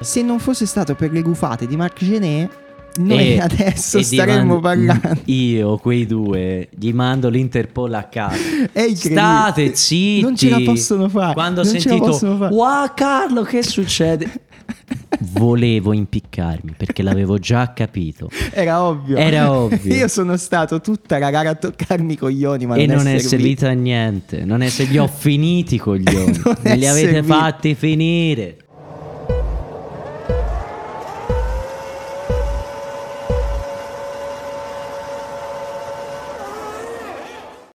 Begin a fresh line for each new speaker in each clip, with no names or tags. Se non fosse stato per le gufate di Marc Gené, noi
E-
adesso
e gli
staremmo
mando-
parlando.
Io, quei due, gli mando l'Interpol a casa.
È incredibile.
State zitti.
Non ce la possono fare.
Quando ho
non ce la
sentito,
possono fare.
wow Carlo, che succede? Volevo impiccarmi perché l'avevo già capito.
Era ovvio.
Era ovvio.
Io sono stato tutta la gara a toccarmi i coglioni, ma
e
non,
non è
servito.
servita a niente. Non è se li ho finiti i coglioni.
Non
Me
è
li avete
servito.
fatti finire.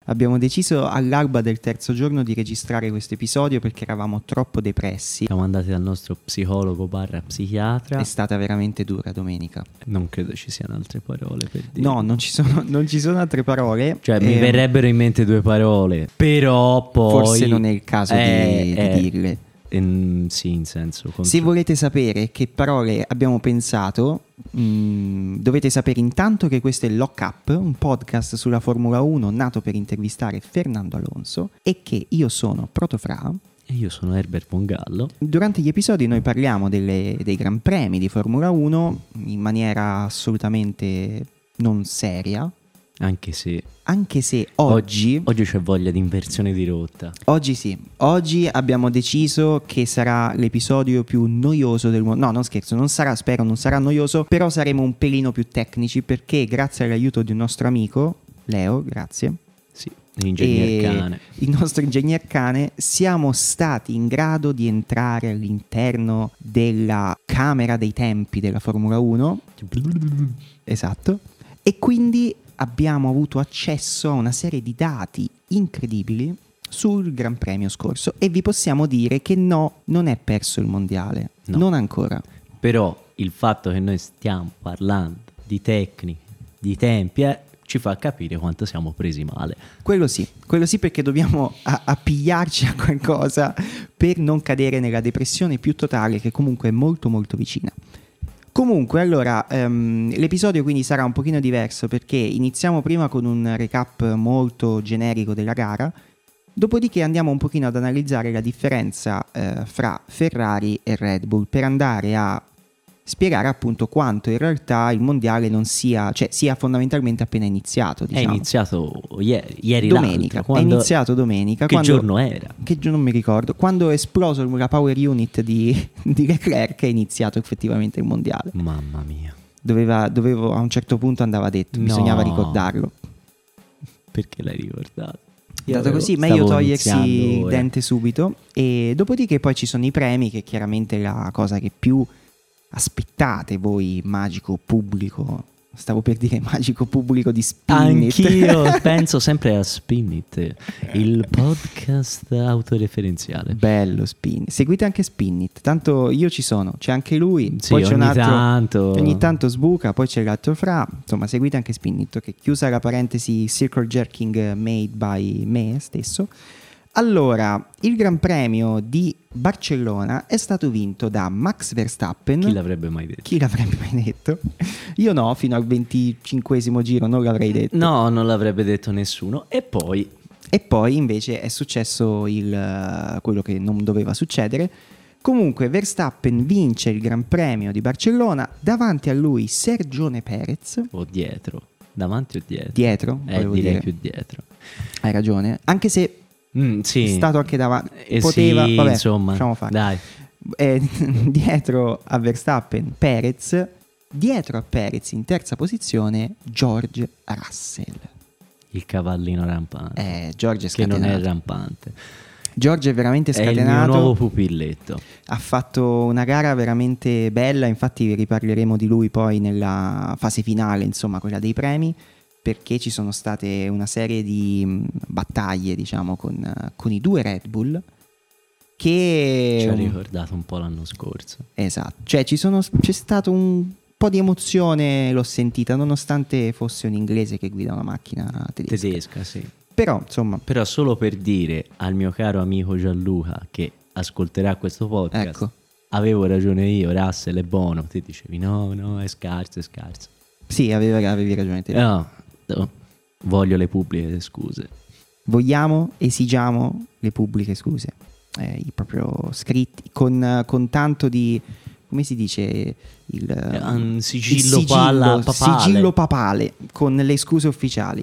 Abbiamo deciso all'alba del terzo giorno di registrare questo episodio perché eravamo troppo depressi.
Siamo andati dal nostro psicologo barra psichiatra.
È stata veramente dura domenica.
Non credo ci siano altre parole per dire.
No, non ci sono, non ci sono altre parole.
Cioè, mi
Ehm,
verrebbero in mente due parole, però poi...
Forse non è il caso di- di dirle.
ehm, sì, in senso... contro-
Se volete sapere che parole abbiamo pensato, mh, dovete sapere intanto che questo è Lock Up, un podcast sulla Formula 1 nato per intervistare Fernando Alonso e che io sono Protofra.
E io sono Herbert Pongallo.
Durante gli episodi noi parliamo delle- dei gran premi di Formula 1 in maniera assolutamente non seria,
Anche se
anche se oggi...
oggi c'è voglia di inversione di rotta.
Oggi sì, oggi abbiamo deciso che sarà l'episodio più noioso del mondo. No, non scherzo, non sarà, spero non sarà noioso, però saremo un pelino più tecnici perché grazie all'aiuto di un nostro amico, Leo, grazie,
Sì, l'ingegner
e
cane.
il nostro ingegner cane, siamo stati in grado di entrare all'interno della camera dei tempi della Formula 1 Esatto. E quindi abbiamo avuto accesso a una serie di dati incredibili sul Gran Premio scorso e vi possiamo dire che no, non è perso il mondiale,
No.
non ancora.
Però il fatto che noi stiamo parlando di tecniche, di tempi, eh, ci fa capire quanto siamo presi male.
Quello sì, quello sì perché dobbiamo a- appigliarci a qualcosa per non cadere nella depressione più totale che comunque è molto molto vicina. Comunque, allora, ehm, l'episodio quindi sarà un pochino diverso perché iniziamo prima con un recap molto generico della gara, dopodiché andiamo un pochino ad analizzare la differenza eh, fra Ferrari e Red Bull per andare a spiegare appunto quanto in realtà il mondiale non sia, cioè sia fondamentalmente appena iniziato. Diciamo.
È iniziato ieri, ieri
Domenica,
l'altro, quando-
è iniziato domenica.
Che
quando-
giorno era?
Che giorno non mi ricordo. Quando è esploso la power unit di, di Leclerc è iniziato effettivamente il mondiale.
Mamma mia.
Doveva, dovevo- a un certo punto andava detto,
No.
bisognava ricordarlo.
Perché l'hai ricordato? Io
Dato
avevo-
così, meglio
stavo
togliersi
iniziando eh.
il
ora.
dente subito. E dopodiché poi ci sono i premi, che è chiaramente la cosa che più aspettate voi, magico pubblico. Stavo per dire magico pubblico di Spin It.
Anch'io penso sempre a Spin It, il podcast autoreferenziale.
Bello Spin. Seguite anche Spinnit. Tanto io ci sono, c'è anche lui.
Sì,
poi c'è un
ogni
altro.
tanto.
Ogni tanto sbuca, poi c'è l'altro fra. Insomma, seguite anche Spinnit. Ok, chiusa la parentesi circle jerking eh, made by me stesso. Allora, il Gran Premio di Barcellona è stato vinto da Max Verstappen.
Chi l'avrebbe mai detto?
Chi l'avrebbe mai detto? Io no, fino al 25 giro non l'avrei detto.
No, non l'avrebbe detto nessuno. E poi
E poi invece è successo il, eh, quello che non doveva succedere. Comunque Verstappen vince il Gran Premio di Barcellona, davanti a lui Sergione Perez,
o dietro, davanti o dietro?
dietro,
Eh,
volevo
direi
dire.
più dietro.
hai ragione, anche se
Mm, sì.
è stato anche davanti,
Eh,
poteva,
sì,
vabbè,
insomma.
lasciamo fare.
Dai.
Eh, dietro a Verstappen Perez, dietro a Perez in terza posizione George Russell.
Il cavallino rampante.
Eh, George è
Ah. che non è
scatenato.
rampante.
George è veramente
È il
scatenato.
mio nuovo pupilletto.
Ha fatto una gara veramente bella, infatti vi riparleremo di lui poi nella fase finale, insomma, quella dei premi, perché ci sono state una serie di mh, battaglie, diciamo, con, eh, con i due Red Bull che
Ci ha ricordato un po' l'anno scorso.
Esatto, cioè ci sono- c'è stato un po' di emozione, l'ho sentita, nonostante fosse un inglese che guida una macchina tedesca.
Tedesca, sì.
Però, insomma,
Però solo per dire al mio caro amico Gianluca che ascolterà questo podcast,
Ecco.
avevo ragione io, Russell è buono, ti dicevi no, no, è scarso, è scarso.
sì, aveva- avevi ragione te.
No, no, voglio le pubbliche scuse.
Vogliamo, esigiamo le pubbliche scuse, eh, i proprio scritti, con, con tanto di come si dice il,
Eh, un sigillo
il
palla papale.
sigillo papale con le scuse ufficiali.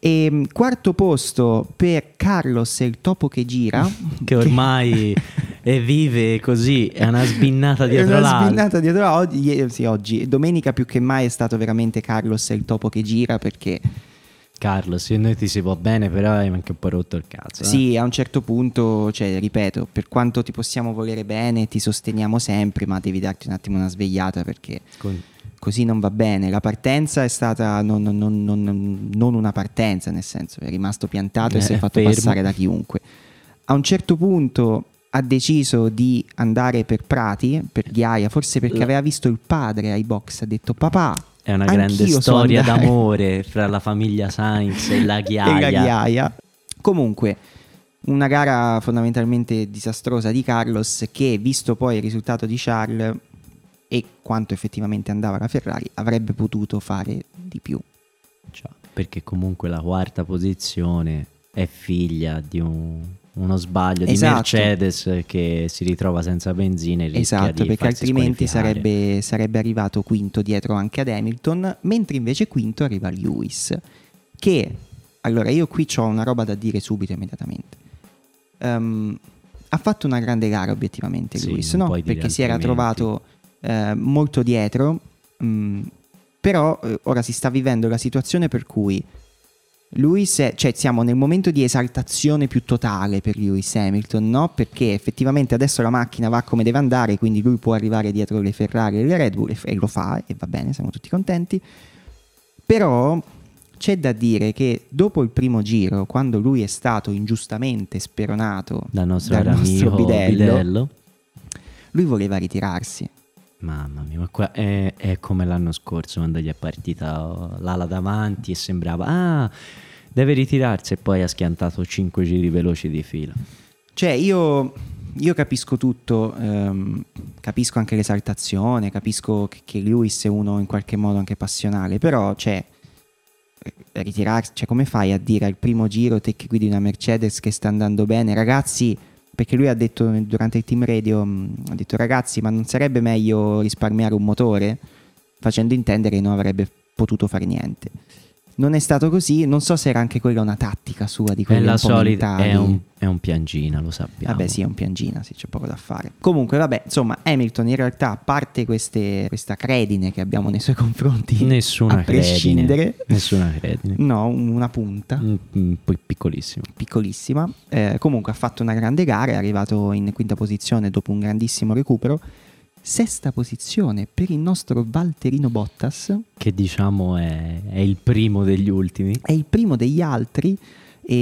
E, mh, quarto posto per Carlos e il topo che gira.
che ormai eh, vive così, è una sbinnata dietro
È una
l'altra.
sbinnata dietro l'altro. Oggi, ieri- sì, oggi, domenica più che mai è stato veramente Carlos e il topo che gira perché
Carlo, se noi ti si va bene, però hai anche un po' rotto il cazzo. eh.
Sì, a un certo punto, cioè, ripeto, per quanto ti possiamo volere bene, ti sosteniamo sempre, ma devi darti un attimo una svegliata perché
Con-
così non va bene. La partenza è stata non, non- non- non- non una partenza, nel senso, è rimasto piantato e
Eh,
si è fatto
fermo.
passare da chiunque. A un certo punto ha deciso di andare per Prati, per Ghiaia, forse perché
La-
aveva visto il padre ai box, ha detto papà.
È una grande
anch'io so
storia
andare."
d'amore fra la famiglia Sainz e la Ghiaia.
e la ghiaia. Comunque, una gara fondamentalmente disastrosa di Carlos che, visto poi il risultato di Charles e quanto effettivamente andava la Ferrari, avrebbe potuto fare di più.
Cioè, perché comunque la quarta posizione è figlia di un- uno sbaglio di
Esatto.
Mercedes che si ritrova senza benzina e rischia
esatto,
di
perché
farsi
altrimenti
squalificare.
sarebbe, sarebbe arrivato quinto dietro anche ad Hamilton, mentre invece quinto arriva Lewis, che, allora io qui ho una roba da dire subito immediatamente. Ehm, ha fatto una grande gara obiettivamente
Sì,
Lewis,
non
no?
puoi dire
perché si era
altrimenti.
trovato eh, molto dietro, mm, però eh, ora si sta vivendo la situazione per cui Lewis, è- cioè siamo nel momento di esaltazione più totale per Lewis Hamilton, no? Perché effettivamente adesso la macchina va come deve andare, quindi lui può arrivare dietro le Ferrari e le Red Bull e f- e lo fa e va bene, siamo tutti contenti. Però c'è da dire che dopo il primo giro, quando lui è stato ingiustamente speronato
dal nostro,
dal
caro
nostro
amico
bidello,
Bidello.
lui voleva ritirarsi.
Mamma mia, ma qua è, è come l'anno scorso quando gli è partita l'ala davanti e sembrava ah, deve ritirarsi e poi ha schiantato 5 giri veloci di fila.
Cioè, io, io capisco tutto, ehm, capisco anche l'esaltazione, capisco che, che Lewis è uno in qualche modo anche passionale, però, cioè, eh, ritirarsi, cioè, come fai a dire al primo giro te che guidi una Mercedes che sta andando bene, ragazzi, perché lui ha detto durante il team radio, mh, ha detto ragazzi, ma non sarebbe meglio risparmiare un motore? Facendo intendere che non avrebbe potuto fare niente. Non è stato così, non so se era anche quella una tattica sua di
È
quelle
la
un po'
solita, è
mentali.
un, è un piangina, lo sappiamo.
Vabbè, sì, è un piangina, sì, c'è poco da fare. Comunque, vabbè, insomma, Hamilton in realtà, a parte queste- questa credine che abbiamo nei suoi confronti,
Nessuna
a prescindere,
credine. Nessuna credine.
no, una punta
Mm, mm, poi piccolissimo.
piccolissima. Eh, comunque ha fatto una grande gara, è arrivato in quinta posizione dopo un grandissimo recupero. Sesta posizione per il nostro Valterino Bottas,
Che diciamo è, è il primo degli ultimi.
è il primo degli altri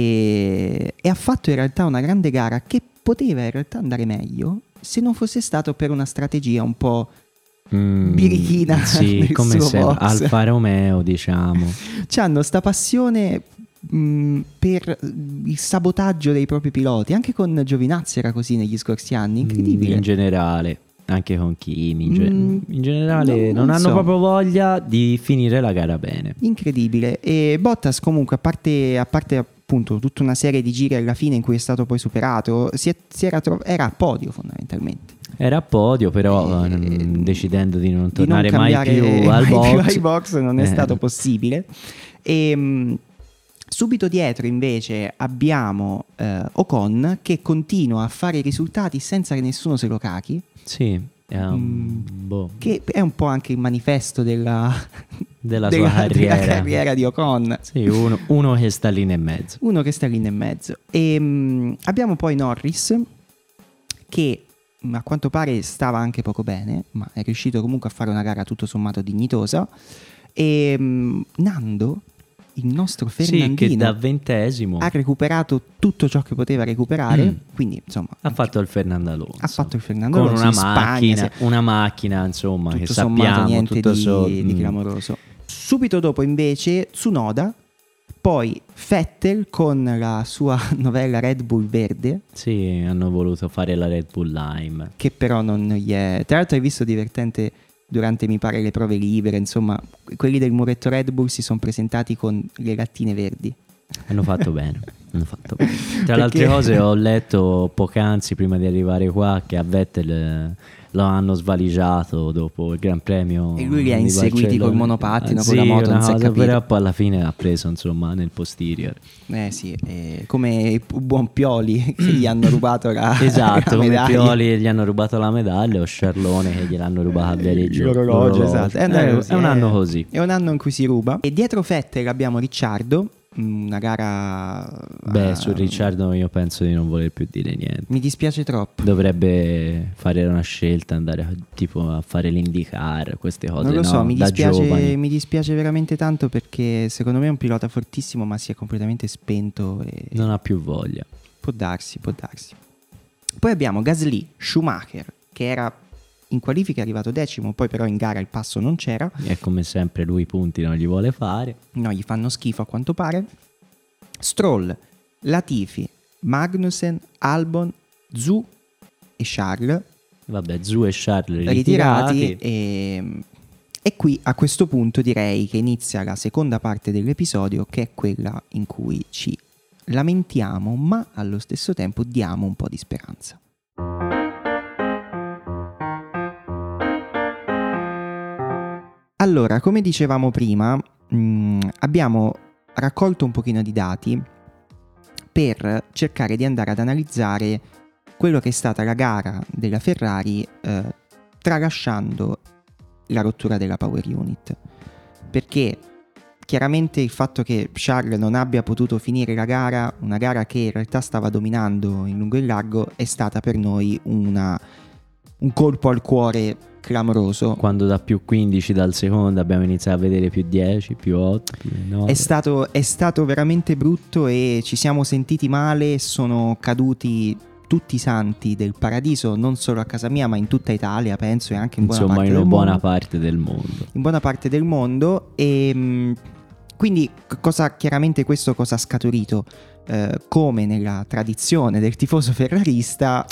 e, e ha fatto in realtà una grande gara che poteva in realtà andare meglio se non fosse stato per una strategia un po'...
Mm,
Birichina
Sì,
nel
come
suo
se
box.
Alfa Romeo, diciamo.
hanno sta passione mh, per il sabotaggio dei propri piloti. Anche con Giovinazzi era così negli scorsi anni, incredibile.
Mm, In generale, anche con Kimi. In, ge-
Mm,
in generale,
no,
non,
non
hanno
so.
proprio voglia di finire la gara bene.
Incredibile. E Bottas comunque, a parte, a parte, appunto tutta una serie di giri alla fine in cui è stato poi superato, si è- si era, tro- era a podio fondamentalmente.
Era a podio, però,
Eh,
mm, decidendo di non
Di non
tornare mai
cambiare
più al
mai più
box,
ai box non è
Eh,
stato possibile. E, mh, subito dietro invece abbiamo eh, Ocon che continua a fare i risultati senza che nessuno se lo cachi.
Sì, è un-
Mm.
boh,
che è un po' anche il manifesto della,
della,
della-
sua
della
carriera.
carriera di Ocon.
Sì, uno, uno che sta lì nel mezzo.
Uno che sta lì nel mezzo. E, mh, abbiamo poi Norris che mh, a quanto pare stava anche poco bene, ma è riuscito comunque a fare una gara tutto sommato dignitosa. E mh, Nando, il nostro
Sì, che da
Fernandino,
ventesimo
ha recuperato tutto ciò che poteva recuperare.
Mm.
Quindi, insomma,
ha fatto il Fernando Alonso.
ha fatto il Fernando
con
Alonso
una
in Spagna,
macchina,
sì.
una macchina insomma che
tutto sommato
sappiamo
niente
tutto
di,
so-
di
mm.
clamoroso. Subito dopo invece Tsunoda, poi Vettel con la sua novella Red Bull verde,
Sì, hanno voluto fare la Red Bull Lime.
che però non gli è... Tra l'altro hai visto divertente durante mi pare le prove libere, insomma, quelli del muretto Red Bull si sono presentati con le gattine verdi.
Hanno fatto bene. Hanno fatto bene. Tra le altre
Perché-
cose ho letto poc'anzi prima di arrivare qua che a Vettel eh, lo hanno svaligiato dopo il Gran Premio.
E lui li ha
di
inseguiti
Barcellona.
col monopattino,
Ah,
con la
sì,
moto,
una
non si è
cosa,
capito.
Però poi alla fine l'ha preso insomma nel posterior.
Eh sì, eh, come il buon Pioli che gli hanno rubato la
Esatto,
la
come
medaglia. Eh,
Pioli gli hanno rubato la medaglia o Sciarlone che gliel'hanno rubata a Viareggio.
L'orologio, esatto.
Eh,
È, andato
È,
così,
un
eh.
anno così.
È un anno in cui si ruba. E dietro Fettel abbiamo Ricciardo, mm, una gara...
Beh,
ah,
su Ricciardo io penso di non voler più dire niente.
Mi dispiace troppo.
Dovrebbe fare una scelta, andare a- tipo a fare l'IndyCar, queste cose.
non lo so,
no?
mi
da
dispiace,
giovani.
mi dispiace veramente tanto perché secondo me è un pilota fortissimo ma si è completamente spento e
Non ha più voglia.
può darsi, può darsi. Poi abbiamo Gasly, Schumacher, che era in qualifica arrivato decimo, poi però in gara il passo non c'era.
E come sempre lui i punti non li vuole fare.
No, gli fanno schifo a quanto pare. Stroll, Latifi, Magnussen, Albon, Zu e Charles
Vabbè, Zu e Charles ritirati.
ritirati. E, e qui a questo punto direi che inizia la seconda parte dell'episodio, che è quella in cui ci lamentiamo, ma allo stesso tempo diamo un po' di speranza. Allora, come dicevamo prima, mh, mm, abbiamo raccolto un pochino di dati per cercare di andare ad analizzare quello che è stata la gara della Ferrari eh, tralasciando la rottura della power unit. Perché chiaramente il fatto che Charles non abbia potuto finire la gara, una gara che in realtà stava dominando in lungo e in largo, è stata per noi una- un colpo al cuore clamoroso.
Quando da più 15 dal secondo abbiamo iniziato a vedere più 10, più 8, più 9.
È stato, è stato veramente brutto e ci siamo sentiti male, sono caduti tutti i santi del paradiso, non solo a casa mia ma in tutta Italia penso e anche in buona
Insomma,
parte
in una
del
buona
mondo.
parte del mondo.
in buona parte del mondo e mh, quindi c- cosa, chiaramente questo cosa ha scaturito? Eh, come nella tradizione del tifoso ferrarista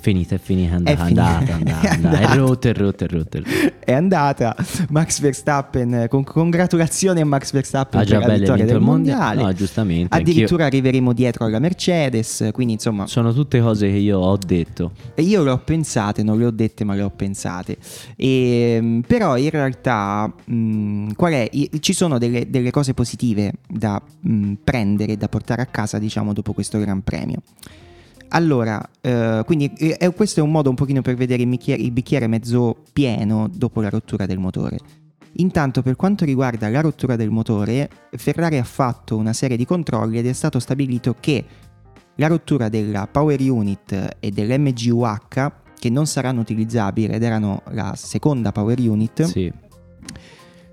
Finita, è finita,
È
è andata,
finita,
andata, andata,
è
andata. È
andata.
rotto, è rotto, è rotto. è rotto.
è andata Max Verstappen eh, con congratulazioni a Max Verstappen
Ha già
per la
bello
vittoria
vinto
del
il mondiale.
mondiale
No, giustamente. anch'io-
addirittura arriveremo dietro alla Mercedes quindi insomma
Sono tutte cose che io ho detto.
E Io le ho pensate, non le ho dette, ma le ho pensate. E, però in realtà, mh, qual è? I- ci sono delle, delle cose positive da mh, mm, prendere, da portare a casa, diciamo, dopo questo Gran Premio. Allora, eh, quindi eh, eh, questo è un modo un pochino per vedere il bicchiere, il bicchiere mezzo pieno dopo la rottura del motore. Intanto per quanto riguarda la rottura del motore, Ferrari ha fatto una serie di controlli ed è stato stabilito che la rottura della Power Unit e dell'MGUH, che non saranno utilizzabili ed erano la seconda Power Unit,
Sì.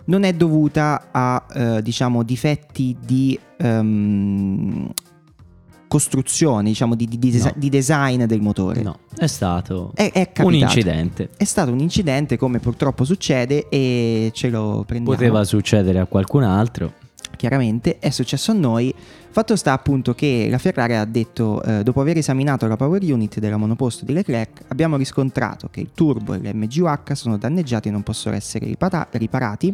non è dovuta a eh, diciamo difetti di ehm, costruzione, diciamo di, di- di desa-
No.
di design del motore.
No, è stato
È, è capitato.
un incidente.
È stato un incidente come purtroppo succede e ce lo prendiamo.
Poteva succedere a qualcun altro.
chiaramente è successo a noi. Fatto sta appunto che la Ferrari ha detto, eh, dopo aver esaminato la power unit della monoposto di Leclerc, abbiamo riscontrato che il turbo e l'MGUH sono danneggiati e non possono essere ripata- riparati.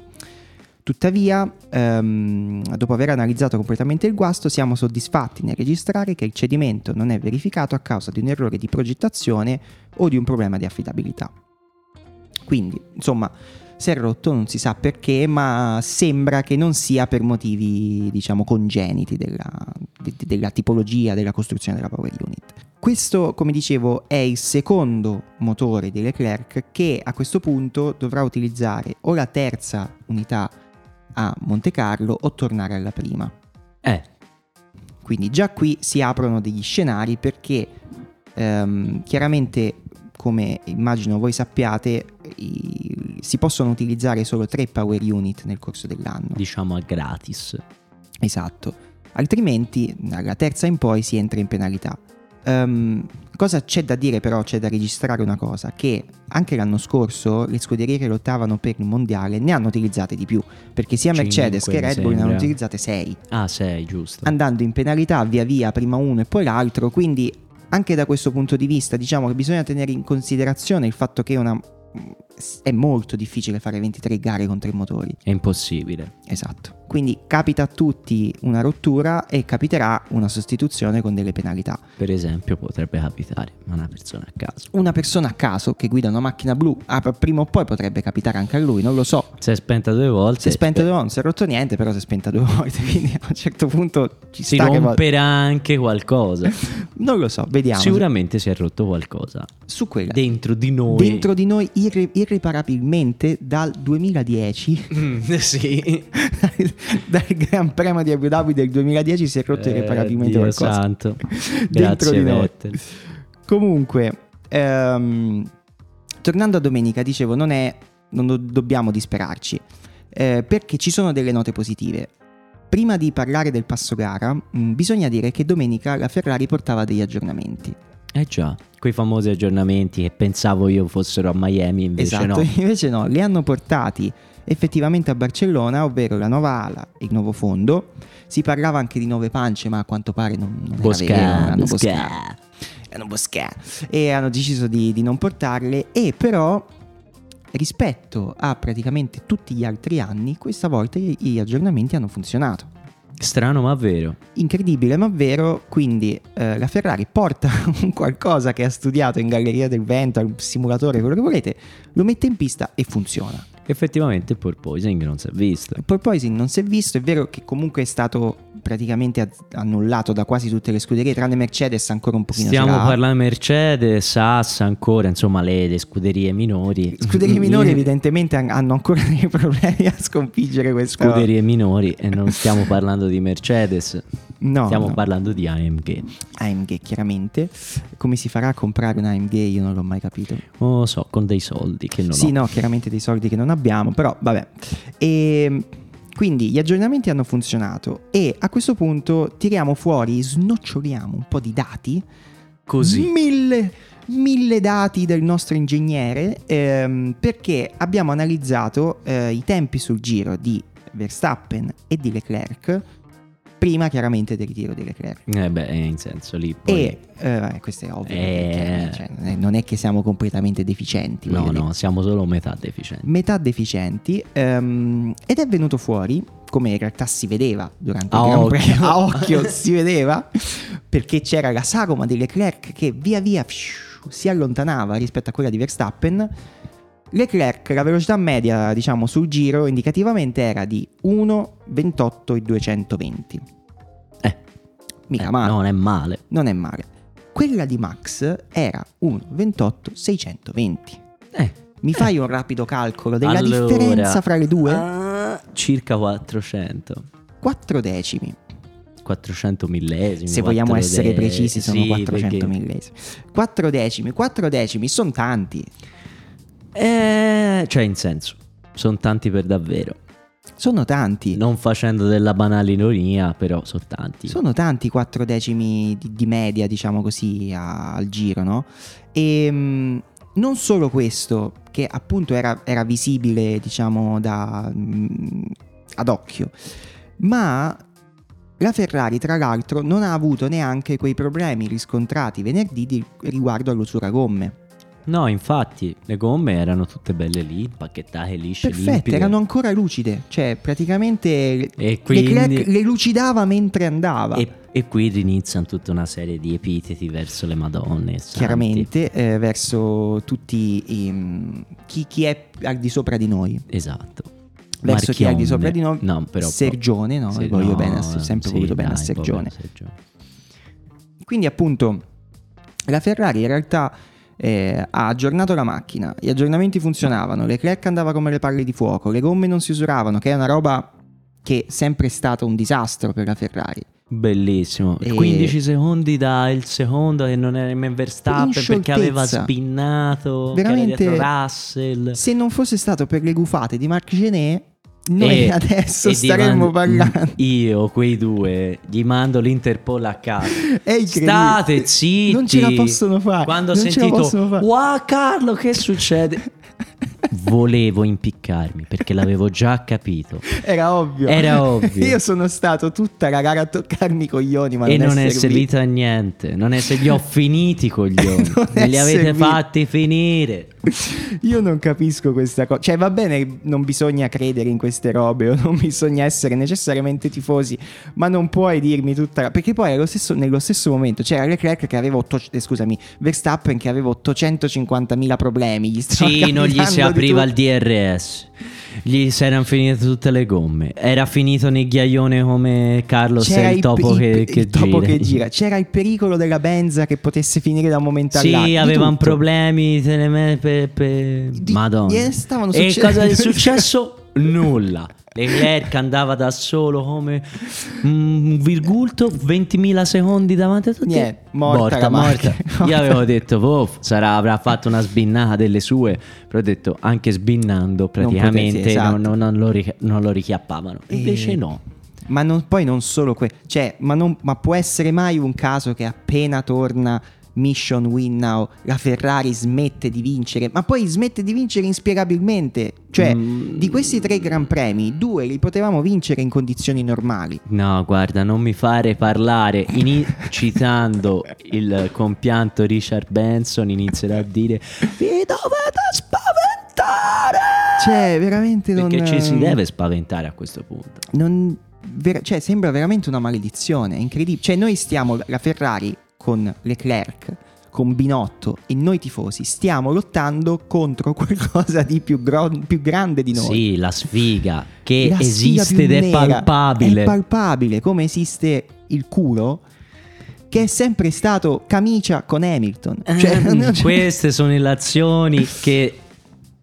Tuttavia, ehm, dopo aver analizzato completamente il guasto, siamo soddisfatti nel registrare che il cedimento non è verificato a causa di un errore di progettazione o di un problema di affidabilità. Quindi, insomma, si è rotto, non si sa perché, ma sembra che non sia per motivi, diciamo, congeniti della, de- de- della tipologia, della costruzione della Power Unit. Questo, come dicevo, è il secondo motore di Leclerc che a questo punto dovrà utilizzare o la terza unità a Monte Carlo o tornare alla prima.
Eh,
Quindi già qui si aprono degli scenari perché ehm, chiaramente, come immagino voi sappiate, i- si possono utilizzare solo tre power unit nel corso dell'anno.
diciamo a gratis.
Esatto. Altrimenti, dalla terza in poi si entra in penalità. Ehm, cosa c'è da dire però? C'è da registrare una cosa, che anche l'anno scorso le scuderie che lottavano per il mondiale ne hanno utilizzate di più, perché sia Mercedes
Cinque,
che Red
mi
Bull ne hanno
sembra.
utilizzate 6
Ah, sei, giusto.
andando in penalità via via prima uno e poi l'altro, quindi anche da questo punto di vista diciamo che bisogna tenere in considerazione il fatto che una è molto difficile fare 23 gare con tre motori.
È impossibile.
Esatto. Quindi capita a tutti una rottura e capiterà una sostituzione con delle penalità.
Per esempio, potrebbe capitare a una persona a caso.
Una persona a caso che guida una macchina blu, ah, prima o poi potrebbe capitare anche a lui, non lo so.
Si è spenta due volte.
Si è spenta due volte, non si è rotto niente, però si è spenta due volte, quindi a un certo punto ci
Si
sta che va-
romperà anche qualcosa.
Non lo so, vediamo.
Sicuramente si è rotto qualcosa
Su quella.
dentro di noi.
Dentro di noi irre- irreparabilmente dal 2010
Mm, sì.
dal Gran Premio di Abu Dhabi del 2010 si è rotto
Eh,
irreparabilmente
Dio
qualcosa.
santo.
Dentro
Grazie
di noi.
Vettel.
Comunque, ehm, tornando a domenica, dicevo, non è non do- dobbiamo disperarci eh, perché ci sono delle note positive. Prima di parlare del passo gara, mh, bisogna dire che domenica la Ferrari portava degli aggiornamenti.
Eh già, quei famosi aggiornamenti che pensavo io fossero a Miami, invece
esatto,
no.
invece no, li hanno portati effettivamente a Barcellona, ovvero la nuova ala e il nuovo fondo. Si parlava anche di nuove pance, ma a quanto pare non, non era vero,
Bosca,
erano boscate.
Bosca.
erano bosca e hanno deciso di, di non portarle e però rispetto a praticamente tutti gli altri anni questa volta gli, gli aggiornamenti hanno funzionato
Strano ma vero.
incredibile ma vero quindi eh, la Ferrari porta un qualcosa che ha studiato in galleria del vento al simulatore quello che volete lo mette in pista e funziona
Effettivamente il porpoising non si è visto.
Il Porpoising non si è visto, è vero che comunque è stato praticamente az- annullato da quasi tutte le scuderie, tranne Mercedes ancora un pochino ce
Stiamo
l'ha.
parlando di Mercedes, Haas ancora, insomma le, le scuderie minori.
Scuderie
mm.
minori evidentemente han- hanno ancora dei problemi a sconfiggere questo.
Scuderie minori e non stiamo parlando di Mercedes,
No,
stiamo
no.
parlando di AMG.
AMG chiaramente. Come si farà a comprare un AMG? Io non l'ho mai capito.
Non lo so, con dei soldi che non
sì,
ho.
no, chiaramente dei soldi che non abbiamo, però vabbè. E, quindi gli aggiornamenti hanno funzionato e a questo punto tiriamo fuori, snoccioliamo un po' di dati.
Così.
Mille, mille dati del nostro ingegnere ehm, perché abbiamo analizzato eh, i tempi sul giro di Verstappen e di Leclerc prima chiaramente del ritiro di Leclerc.
Eh beh, in senso lì poi...
E eh, vabbè, questo è ovvio,
Eh.
perché, cioè, non è- non è che siamo completamente deficienti.
No,
voglio dire
no, siamo solo metà deficienti.
metà deficienti ehm, ed è venuto fuori come in realtà si vedeva durante il
A
Gran
occhio.
Premio, a occhio si vedeva perché c'era la sagoma di Leclerc che via via psciu, si allontanava rispetto a quella di Verstappen Leclerc la velocità media diciamo sul giro indicativamente era di 1,28 e 220
Eh.
mica
Eh,
male
Non è male.
non è male quella di Max era 1,28 620
Eh,
mi fai un rapido calcolo della
Allora,
differenza fra le due?
ah, circa 400.
4 decimi.
400 millesimi.
Se vogliamo
quattro
essere
de-
precisi, sono
sì,
400
perché-
millesimi. 4 decimi, 4 decimi sono tanti.
Eh, cioè, in senso, sono tanti per davvero.
Sono tanti.
Non facendo della banale ironia, però sono tanti.
Sono tanti 4 decimi di, di media, diciamo così, a- al giro, no? E mh, non solo questo, che appunto era, era visibile, diciamo, da, mh, ad occhio, ma la Ferrari, tra l'altro, non ha avuto neanche quei problemi riscontrati venerdì di- riguardo all'usura gomme.
No, infatti, le gomme erano tutte belle lì, impacchettate, lisce,
Perfette,
limpide.
erano ancora lucide, cioè praticamente
E quindi-
Leclerc le lucidava mentre andava.
E, e qui riniziano tutta una serie di epiteti verso le madonne. santi.
chiaramente eh, verso tutti ehm, chi, chi è al di sopra di noi
Esatto.
verso chi è al di sopra di noi
Marchionne. No, però...
Sergione no?
Sì,
voglio
no,
bene a- sempre
sì,
voluto bene a
dai,
Sergione
povero Sergione.
quindi appunto la Ferrari in realtà eh, ha aggiornato la macchina gli aggiornamenti funzionavano Leclerc andava come le palle di fuoco le gomme non si usuravano che è una roba che è sempre stato un disastro per la Ferrari
Bellissimo,
E-
15 secondi dal secondo che non era nemmeno
In
Verstappen perché
scioltezza.
aveva spinnato, che era
Veramente-
dietro Russell.
se non fosse stato per le gufate di Marc Genet noi
E-
adesso
Eh, e di
staremmo
Man-
parlando
Io, quei due, gli mando l'Interpol a casa.
È incredibile.
State zitti.
Non ce la possono fare.
Quando ho
Non ce la
sentito,
possono fare.
wow Carlo, che succede? volevo impiccarmi perché l'avevo già capito.
Era ovvio.
Era ovvio.
Io sono stato tutta la gara a toccarmi i coglioni, ma
e
non,
non è
servito.
servita a niente. Non è se li ho finiti i coglioni.
Non
Me
è
li avete
servito.
fatti finire.
Io non capisco questa cosa. Cioè, va bene, non bisogna credere in queste robe o non bisogna essere necessariamente tifosi, ma non puoi dirmi tutta la... Perché poi allo stesso- nello stesso momento c'era Leclerc che aveva... otto- eh, scusami, Verstappen che aveva 850.000 problemi. Gli stava
Sì, non gli
capitando
si
di
apriva il
tutto.
DRS. Gli si erano finite tutte le gomme. Era finito nel ghiaione come Carlos e il
pe-
topo, che,
pe-
che
il topo
gira.
che gira. C'era il pericolo della benza che potesse finire da un momento all'altro.
Sì,
Di
avevano
tutto.
problemi. te ne me- pe- pe-
Di-
Madonna.
gli stavano
e
succedendo
cosa è
delle-
successo? Nulla. Leclerc andava da solo come un virgulto, 20.000 secondi davanti a tutti.
Niente, morta la
morta.
macchina.
Io avevo detto, "Boh, sarà- avrà fatto una sbinnata delle sue. Però ho detto, anche sbinnando praticamente
potete, esatto.
non, non- non lo richi- non lo richiappavano.
E-
Invece no.
Ma non- poi non solo questo, cioè, ma, non- ma può essere mai un caso che appena torna Mission Win Now la Ferrari smette di vincere, ma poi smette di vincere inspiegabilmente? Cioè,
Mm.
di questi tre Gran Premi, due li potevamo vincere in condizioni normali.
No, guarda, non mi fare parlare. Ini- citando il compianto Richard Benson, inizierà a dire: Vi dovete spaventare!
Cioè, veramente non...
Perché ci si deve spaventare a questo punto.
non- ver- cioè, sembra veramente una maledizione, è incredibile. Cioè, noi stiamo, la Ferrari con Leclerc, con Binotto e noi tifosi, stiamo lottando contro qualcosa di più, gro- più grande di noi.
Sì, la sfiga che
La sfiga
esiste
più
ed è
nera,
palpabile.
È palpabile, come esiste il culo, che è sempre stato camicia con Hamilton. Cioè,
Ehm,
non c'è-
Queste sono le azioni che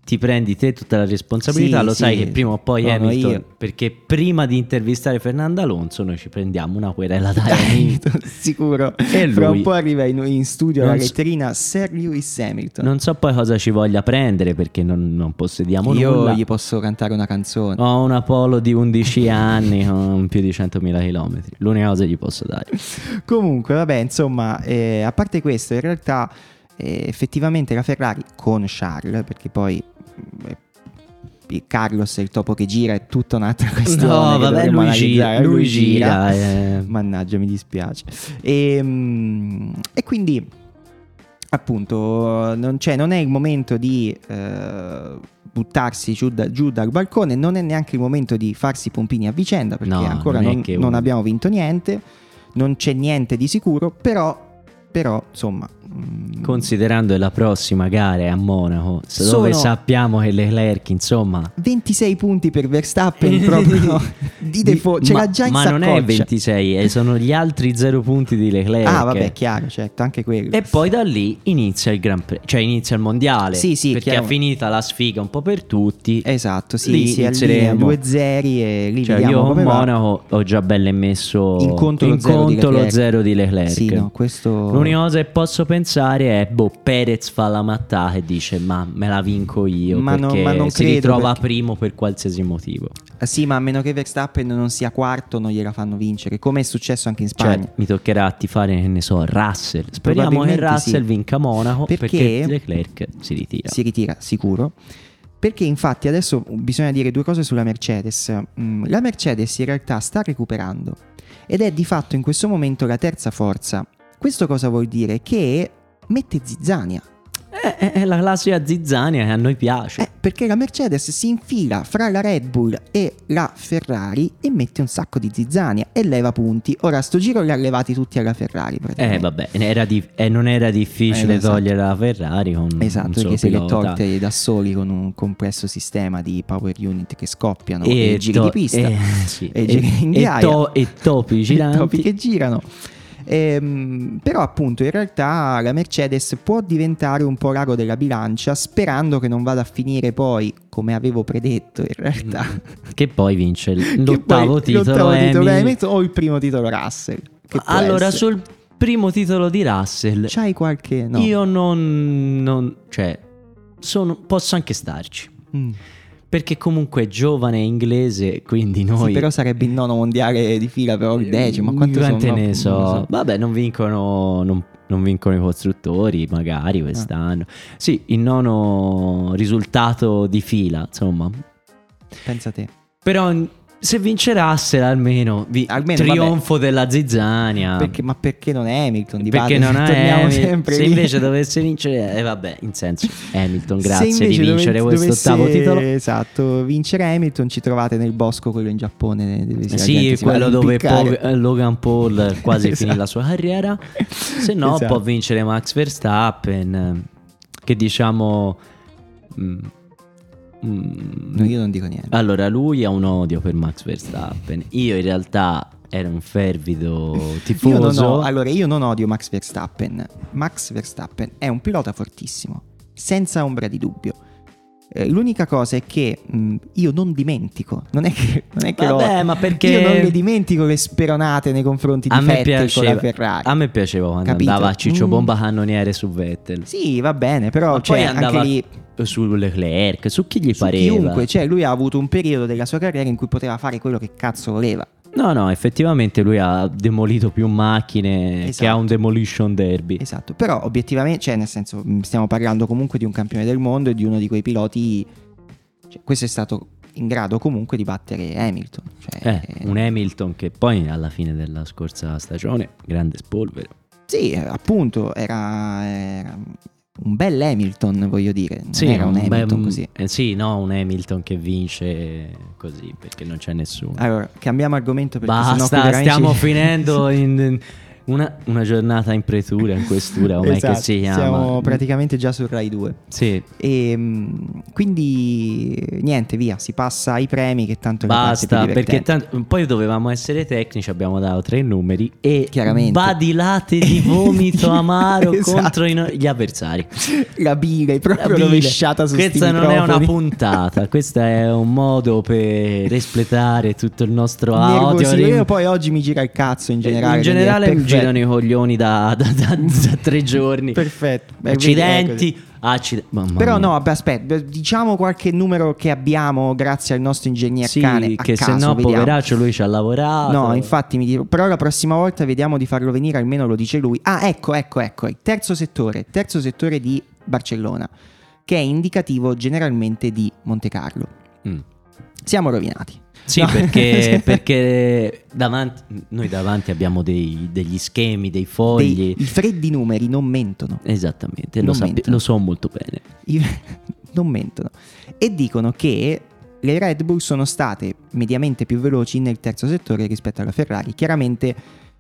ti prendi te tutta la responsabilità.
Sì,
Lo
sì.
sai che prima o poi
Sono
Hamilton.
io.
Perché prima di intervistare Fernando Alonso, noi ci prendiamo una querela da Hamilton.
Hamilton, Eh, sicuro.
E
Fra
lui-
un po' arriva in, in studio la
Non so-
letterina Sir Lewis Hamilton.
Non so poi cosa ci voglia prendere perché non, non possediamo
Io
nulla.
gli posso cantare una canzone.
Ho un Apollo di 11 anni con più di 100.000 km. L'unica cosa che gli posso dare.
Comunque, vabbè, insomma, eh, a parte questo, in realtà eh, effettivamente la Ferrari con Charles, perché poi mm, eh, il Carlos è il topo che gira, è tutta un'altra questione.
No,
che
vabbè,
dovremmo
lui
analizzare.
gira. Lui gira. eh.
Mannaggia, mi dispiace. E, mm, e quindi, appunto, non, c'è- non è il momento di eh, buttarsi giù, da- giù dal balcone, non è neanche il momento di farsi pompini a vicenda perché
No,
ancora
non è
non,
che
non
un-
abbiamo vinto niente, non c'è niente di sicuro, però, però insomma... mm,
Considerando che la prossima gara è a Monaco, se-
Sono-
dove sappiamo che Leclerc, insomma,
26 punti per Verstappen proprio di default, ce
ma,
l'ha già in
ma non è
saccoccia.
26, eh, sono gli altri 0 punti di Leclerc.
Ah vabbè, chiaro, certo, anche quello.
E poi da lì inizia il Gran Premio, cioè inizia il mondiale.
Sì, sì,
perché
chiaro.
è finita la sfiga un po' per tutti.
Esatto,
Lì
sì, si allinea
inizieremo.
2 0 e lì
Cioè,
vediamo
io
come
con
va.
Monaco ho già belle messo
In conto lo
in
zero di
conto lo
Leclerc.
zero di Leclerc.
Sì, no, questo
L'unica cosa che posso pensare è boh, Perez fa la mattata e dice "Ma me la vinco io"
Ma non-
perché
ma non
si
credo,
ritrova
perché-
primo per qualsiasi motivo.
Sì, ma a meno che Verstappen non sia quarto non gliela fanno vincere, come è successo anche in
Cioè,
Spagna.
mi toccherà tifare che ne so, Russell. Speriamo che
Probabilmente
Russell
sì.
vinca Monaco perché,
Perché-
Leclerc si ritira.
si ritira sicuro. Perché infatti adesso bisogna dire due cose sulla Mercedes. Mm, La Mercedes in realtà sta recuperando ed è di fatto in questo momento la terza forza. Questo cosa vuol dire? Che mette zizzania.
È, è- è la classica zizzania che a noi piace.
Eh, perché la Mercedes si infila fra la Red Bull e la Ferrari e mette un sacco di zizzania e leva punti. Ora sto giro li ha levati tutti alla Ferrari
Eh,
praticamente.
vabbè, era di- eh, non era difficile
Eh, esatto.
togliere la Ferrari con Mm, un
Esatto,
solo
perché se le
pilota.
tolte da soli con un complesso sistema di power unit che scoppiano e, giri
to-
di pista.
eh, sì.
e giri in
e
ghiaia.
to- e topi giranti.
topi che girano. Ehm, però appunto in realtà la Mercedes può diventare un po' l'ago della bilancia sperando che non vada a finire poi come avevo predetto in realtà
Che poi vince l-
che
Mm, l'ottavo
poi
titolo.
l'ottavo titolo
Hamilton.
Hamilton o il primo titolo Russell che può
allora,
essere.
sul primo titolo di Russell,
c'hai qualche no.
io non. non- cioè, sono- posso anche starci.
Mm.
Perché comunque è giovane inglese, quindi
Sì,
noi.
però sarebbe il nono mondiale di fila però il decimo quanto
Quante
sono?
ne so?
Non lo so.
Vabbè, non vincono. non- non vincono i costruttori, magari quest'anno. Sì, il nono risultato di fila, insomma.
Pensa te.
Però se vincerassero almeno, vi-
Almeno,
trionfo della zizzania.
Perché- ma perché non è Hamilton? Di
Ah. Perché
base?
non è
Torniamo
Hamilton.
sempre
se
lì.
invece dovesse vincere, eh, vabbè, in senso Hamilton,
Se
grazie di
invece
vincere
dove-
questo ottavo
dovesse-
titolo.
Esatto, vincere Hamilton ci trovate nel bosco, quello in Giappone. dove si- la
Eh Sì,
gente si va
quello
a
dove
impiccare.
Paul- eh, Logan Paul quasi
Esatto.
finì la sua carriera. Se no,
Esatto.
può vincere Max Verstappen, eh, che diciamo. mm, mm,
No, io non dico niente.
allora, lui ha un odio per Max Verstappen. Io in realtà ero un
Io
fervido
non
tifoso.
ho- allora, io non odio Max Verstappen. Max Verstappen è un pilota fortissimo, senza ombra di dubbio. Eh, L'unica cosa è che mh, io non dimentico, non è che, non è che lo-
Vabbè, ma perché-
io non le dimentico le speronate nei confronti di
A me,
Vettel con la
piaceva,
Ferrari.
a me piaceva quando
Capito?
andava Ciccio
Mm.
Bomba cannoniere su Vettel.
Sì, va bene, però
Ma
cioè,
poi andava
anche lì
su Leclerc, su chi gli
su
pareva.
chiunque, cioè lui ha avuto un periodo della sua carriera in cui poteva fare quello che cazzo voleva.
No, no, effettivamente lui ha demolito più macchine che
Esatto.
ha un demolition derby.
Esatto, però obiettivamente, cioè nel senso, mh, stiamo parlando comunque di un campione del mondo e di uno di quei piloti, cioè, questo è stato in grado comunque di battere Hamilton. Cioè,
Eh, un Hamilton che poi alla fine della scorsa stagione, grande spolvero.
Sì, eh, appunto, era, era un bel Hamilton, voglio dire, non era un,
Eh, bel-
Hamilton così.
eh, sì, no, un Hamilton che vince così perché non c'è nessuno.
Allora, cambiamo argomento Ah, perché sennò qui
Basta,
veramente
stiamo
ci-
finendo in in una, una giornata in pretura, in questura, com'è
Esatto,
che si chiama?
Siamo praticamente già su Rai 2.
Sì,
E mh, quindi eh, niente, via, si passa ai premi che tanto è la parte più
Basta, perché
divertente.
tanto, poi dovevamo essere tecnici, abbiamo dato tre numeri e
Chiaramente.
badilate di vomito amaro
Esatto.
contro i no- gli avversari.
la biga è
La
proprio
bile.
rovesciata su sti
Questa non è una
microfoni.
puntata, questo è un modo per espletare tutto il nostro audio.
Nervosismo. Io
Rim-
poi oggi mi gira il cazzo in generale.
Eh,
quindi
in
è
generale mi
perfetto.
girano i coglioni da, da- da- da tre giorni.
Perfetto. Beh, vedi, ecco,
Accidenti, accidenti. mamma
Però
mia.
no, vabbè, aspetta, diciamo qualche numero che abbiamo grazie al nostro ingegner
Sì,
cane. a
che se
caso,
no,
vediamo.
poveraccio, lui ci ha lavorato.
No, infatti mi dico, però la prossima volta vediamo di farlo venire, almeno lo dice lui. Ah, ecco, ecco, ecco, il terzo settore, terzo settore di Barcellona, che è indicativo generalmente di Monte Carlo.
Mm.
Siamo rovinati.
Sì,
No.
perché, perché davanti- noi davanti abbiamo dei- degli schemi, dei fogli.
Dei- I freddi numeri non mentono.
Esattamente, lo,
Non
sappi-
mentono.
lo so molto bene.
I- non mentono. E dicono che le Red Bull sono state mediamente più veloci nel terzo settore rispetto alla Ferrari. Chiaramente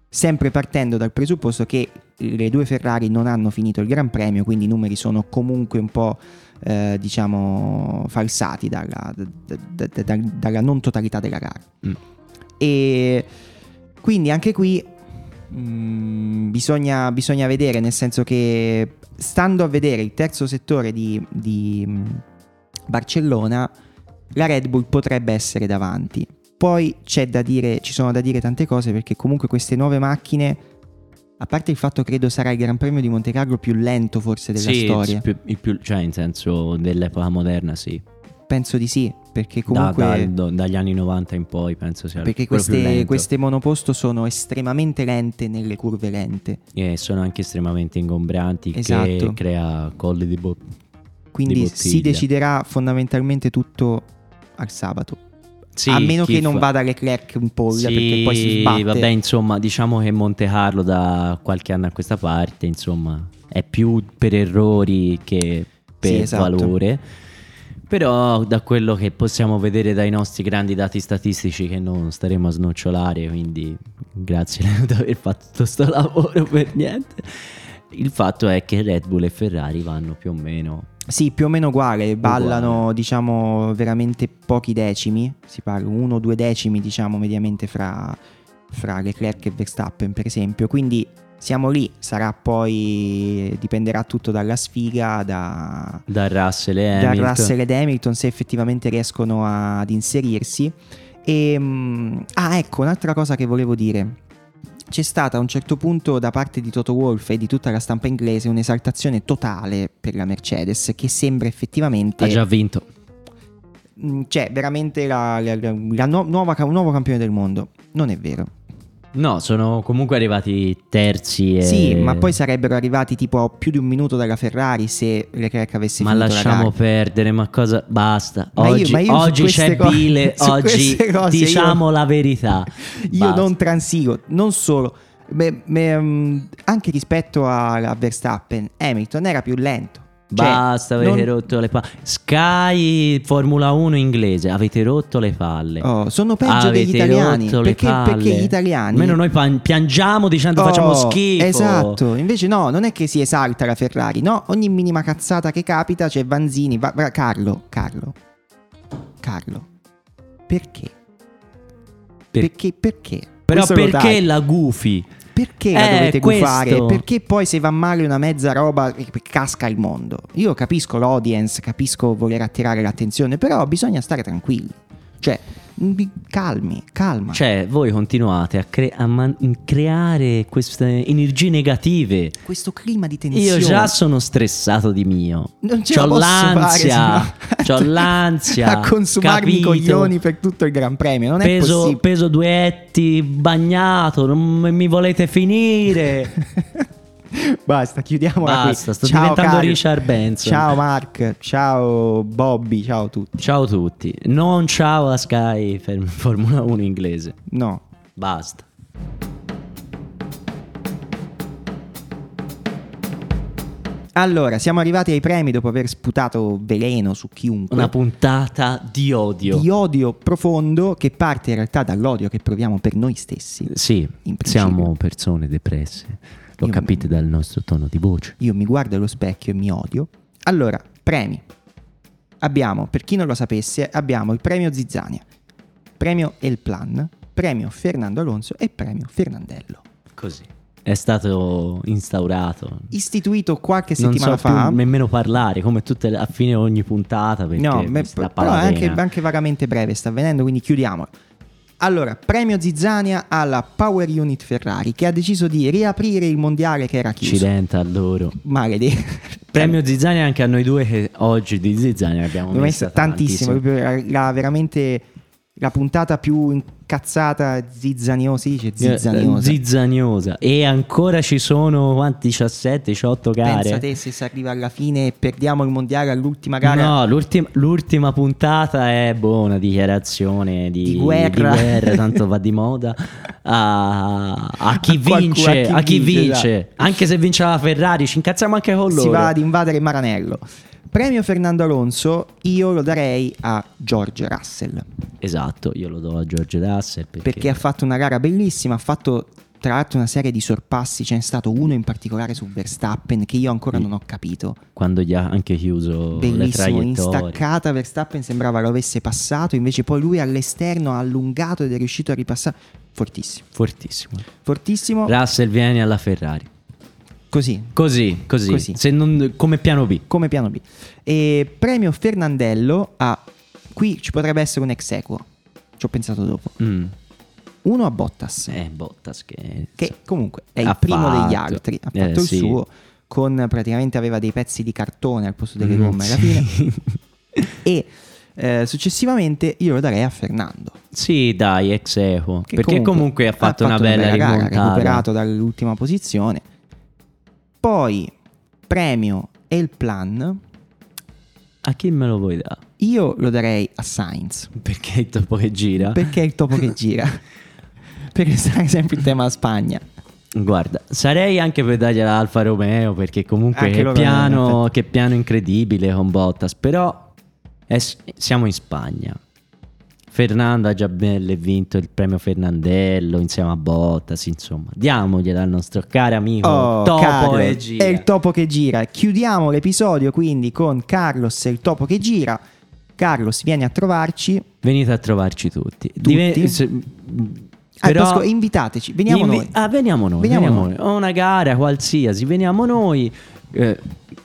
sempre partendo dal presupposto che le due Ferrari non hanno finito il Gran Premio, quindi i numeri sono comunque un po'... eh, diciamo falsati dalla, d- d- d- d- dalla non totalità della gara
Mm.
e quindi anche qui Mm, bisogna, bisogna vedere, nel senso che stando a vedere il terzo settore di, di, mm, Barcellona, la Red Bull potrebbe essere davanti. Poi c'è da dire, ci sono da dire tante cose perché comunque queste nuove macchine, a parte il fatto credo sarà il Gran Premio di Monte Carlo più lento forse della
Sì,
storia,
il più- il più- cioè in senso dell'epoca moderna, sì.
penso di sì, perché
Da-
comunque...
da- do- dagli anni 90 in poi penso sia
perché
quello più
queste,
lento.
queste monoposto sono estremamente lente nelle curve lente.
E sono anche estremamente ingombranti che
Esatto.
crea colli di bo- di
Quindi
bottiglia.
si deciderà fondamentalmente tutto al sabato.
Sì,
a meno che
chi
non
fa-
vada Leclerc un po'
Sì,
perché poi si sbatte.
Vabbè, insomma, diciamo che Monte Carlo da qualche anno a questa parte, insomma, è più per errori che per
Sì, esatto.
valore. Però da quello che possiamo vedere dai nostri grandi dati statistici che non staremo a snocciolare, quindi grazie Leo di aver fatto tutto sto lavoro per niente. Il fatto è che Red Bull e Ferrari vanno più o meno
Sì, più o meno uguale, ballano diciamo veramente pochi decimi, si parla uno o due decimi diciamo mediamente fra, fra Leclerc e Verstappen per esempio, quindi siamo lì, sarà poi, dipenderà tutto dalla sfiga, da,
da Russell e
da
Hamilton.
Russell ed Hamilton se effettivamente riescono a- ad inserirsi. E, mm, ah, ecco, un'altra cosa che volevo dire. C'è stata a un certo punto da parte di Toto Wolff e di tutta la stampa inglese un'esaltazione totale per la Mercedes che sembra effettivamente...
Ha già vinto.
Mm, Cioè, veramente la, la- la- la nu- nuova ca- un nuovo campione del mondo. Non è vero.
No, sono comunque arrivati terzi e...
Sì, ma poi sarebbero arrivati tipo a più di un minuto dalla Ferrari se Leclerc avesse
Ma
finito la
lasciamo
gara.
perdere, ma cosa... Basta.
Ma io-
oggi
ma io su
oggi
queste
c'è
co-
Bile,
su
oggi
queste cose io-
diciamo la verità.
Io
Basta.
non transigo, non solo, me- me, mm, anche rispetto a, a Verstappen, Hamilton era più lento. Cioè,
Basta,
non-
avete rotto le palle. Sky Formula 1 inglese, avete rotto le palle.
Oh, sono peggio
avete
degli italiani.
rotto le
Perché,
palle.
perché gli italiani.
Almeno noi pan- piangiamo dicendo facciamo
Oh,
schifo.
Esatto, invece no, non è che si esalta la Ferrari, no, ogni minima cazzata che capita c'è Vanzini, va- va- Carlo, Carlo, Carlo, perché?
Per-
Perché? Perché?
Però
Questo lo
perché
dai.
la gufi?
Perché la
Eh,
dovete
questo.
gufare? Perché poi se va male una mezza roba eh, casca il mondo? Io capisco l'audience, capisco voler attirare l'attenzione, però bisogna stare tranquilli. Cioè, mh, calmi, calma.
Cioè, voi continuate a, cre- a man- creare queste energie negative.
Questo clima di
Io
tensione.
già sono stressato di mio.
Non ce
C'ho
la posso
l'ansia,
fare,
c'ho l'ansia,
A consumarmi i
capito?
coglioni per tutto il Gran Premio. Non è
peso,
possibile.
peso duetti, bagnato, non m- mi volete finire.
Basta, chiudiamola
Basta,
qui.
sto
ciao,
diventando
Carlo.
Richard Benson.
Ciao Mark, ciao Bobby, ciao a tutti.
Ciao a tutti. Non ciao a Sky Ferm- Formula 1 inglese.
No,
Basta.
Allora, siamo arrivati ai premi dopo aver sputato veleno su chiunque.
Una puntata di odio.
Eh. di odio profondo che parte in realtà dall'odio che proviamo per noi stessi.
Sì,
In principio.
siamo persone depresse. Lo
Io-
capite dal nostro tono di voce.
Io mi guardo allo specchio e mi odio. Allora, premi. Abbiamo, per chi non lo sapesse, abbiamo il premio Zizzania, premio El Plan, premio Fernando Alonso e premio Fernandello.
Così. È stato instaurato.
Istituito qualche
non
settimana
so
fa.
più nemmeno parlare, come tutte le- a fine ogni puntata. Perché
No, me-
questa
però è anche,
palavra-
anche vagamente breve sta avvenendo, quindi chiudiamolo. Allora, premio Zizzania alla Power Unit Ferrari che ha deciso di riaprire il mondiale che era chiuso.
Accidenta a loro.
Maledetti.
Premio Zizzania anche a noi due che oggi di Zizzania abbiamo
Abbiamo messo tantissimo, proprio la, la- veramente la puntata più incazzata, zizzaniosa, si
eh,
dice zizzaniosa.
Zizzaniosa. E ancora ci sono quanti? 17, 18 gare.
Pensa te se si arriva alla fine e perdiamo il mondiale all'ultima gara.
No, l'ultim- l'ultima puntata è boh, una dichiarazione di,
Di guerra.
di guerra, tanto va di moda. A, a chi
A qualcuno-
vince, a chi vince,
esatto.
anche se vince la Ferrari, ci incazziamo anche con loro.
Si va ad invadere Maranello. Premio Fernando Alonso, io lo darei a George Russell
Esatto, io lo do a George Russell perché,
perché ha fatto una gara bellissima, ha fatto tra l'altro una serie di sorpassi, ce n'è stato uno in particolare su Verstappen che io ancora non ho capito.
quando gli ha anche chiuso le
Bellissimo, in
traiettorie.
staccata Verstappen sembrava lo avesse passato, invece poi lui all'esterno ha allungato ed è riuscito a ripassare. Fortissimo,
Fortissimo.
fortissimo.
Russell viene alla Ferrari.
così,
Così, così.
Così.
Se non- come piano B.
come piano B. E premio Fernandello a... Qui ci potrebbe essere un ex equo, ci ho pensato dopo.
Mm.
Uno a Bottas,
Eh, Bottas che...
che comunque è il
Ha
primo degli
fatto.
altri, ha
Eh,
fatto il
sì.
suo, con praticamente aveva dei pezzi di cartone al posto delle
Mm,
gomme alla
sì.
fine. E eh, successivamente io lo darei a Fernando.
Sì, dai, ex equo.
Che
Perché comunque, ha fatto una bella,
gara, ha
rimontada.
recuperato dall'ultima posizione. Poi premio e il plan.
A chi me lo vuoi dare?
Io lo darei a Sainz
Perché il topo che gira?
perché è il topo che gira. Perché sarà sempre il tema Spagna.
Guarda, sarei anche per dargli all'Alfa Romeo perché comunque
Anche
che
loro hanno
piano, che piano incredibile con Bottas, però è s- siamo in Spagna. Fernando ha già belle vinto il premio Fernandello insieme a Bottas, insomma. Diamogliela al nostro caro amico
Oh,
Topo
Carlo,
e gira.
È il topo che gira. Chiudiamo l'episodio quindi con Carlos e il topo che gira. Carlos, vieni a trovarci.
Venite a trovarci tutti.
Tutti?
se-
Ah,
però-
Pasqua, invitateci, veniamo
Invi-
noi.
Ah, veniamo noi.
Veniamo
Veniamo, noi. O Una gara qualsiasi, veniamo noi. Eh,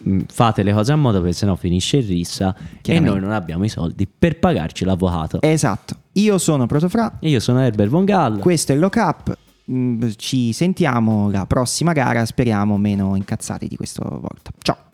mh, fate le cose a modo perché sennò finisce il rissa e
Chiaramente.
noi non abbiamo i soldi per pagarci l'avvocato.
Esatto. Io sono Protofra.
E io sono Herbert Von Gallo.
Questo è il lock up. Mm, Ci sentiamo la prossima gara. Speriamo meno incazzati di questa volta. Ciao.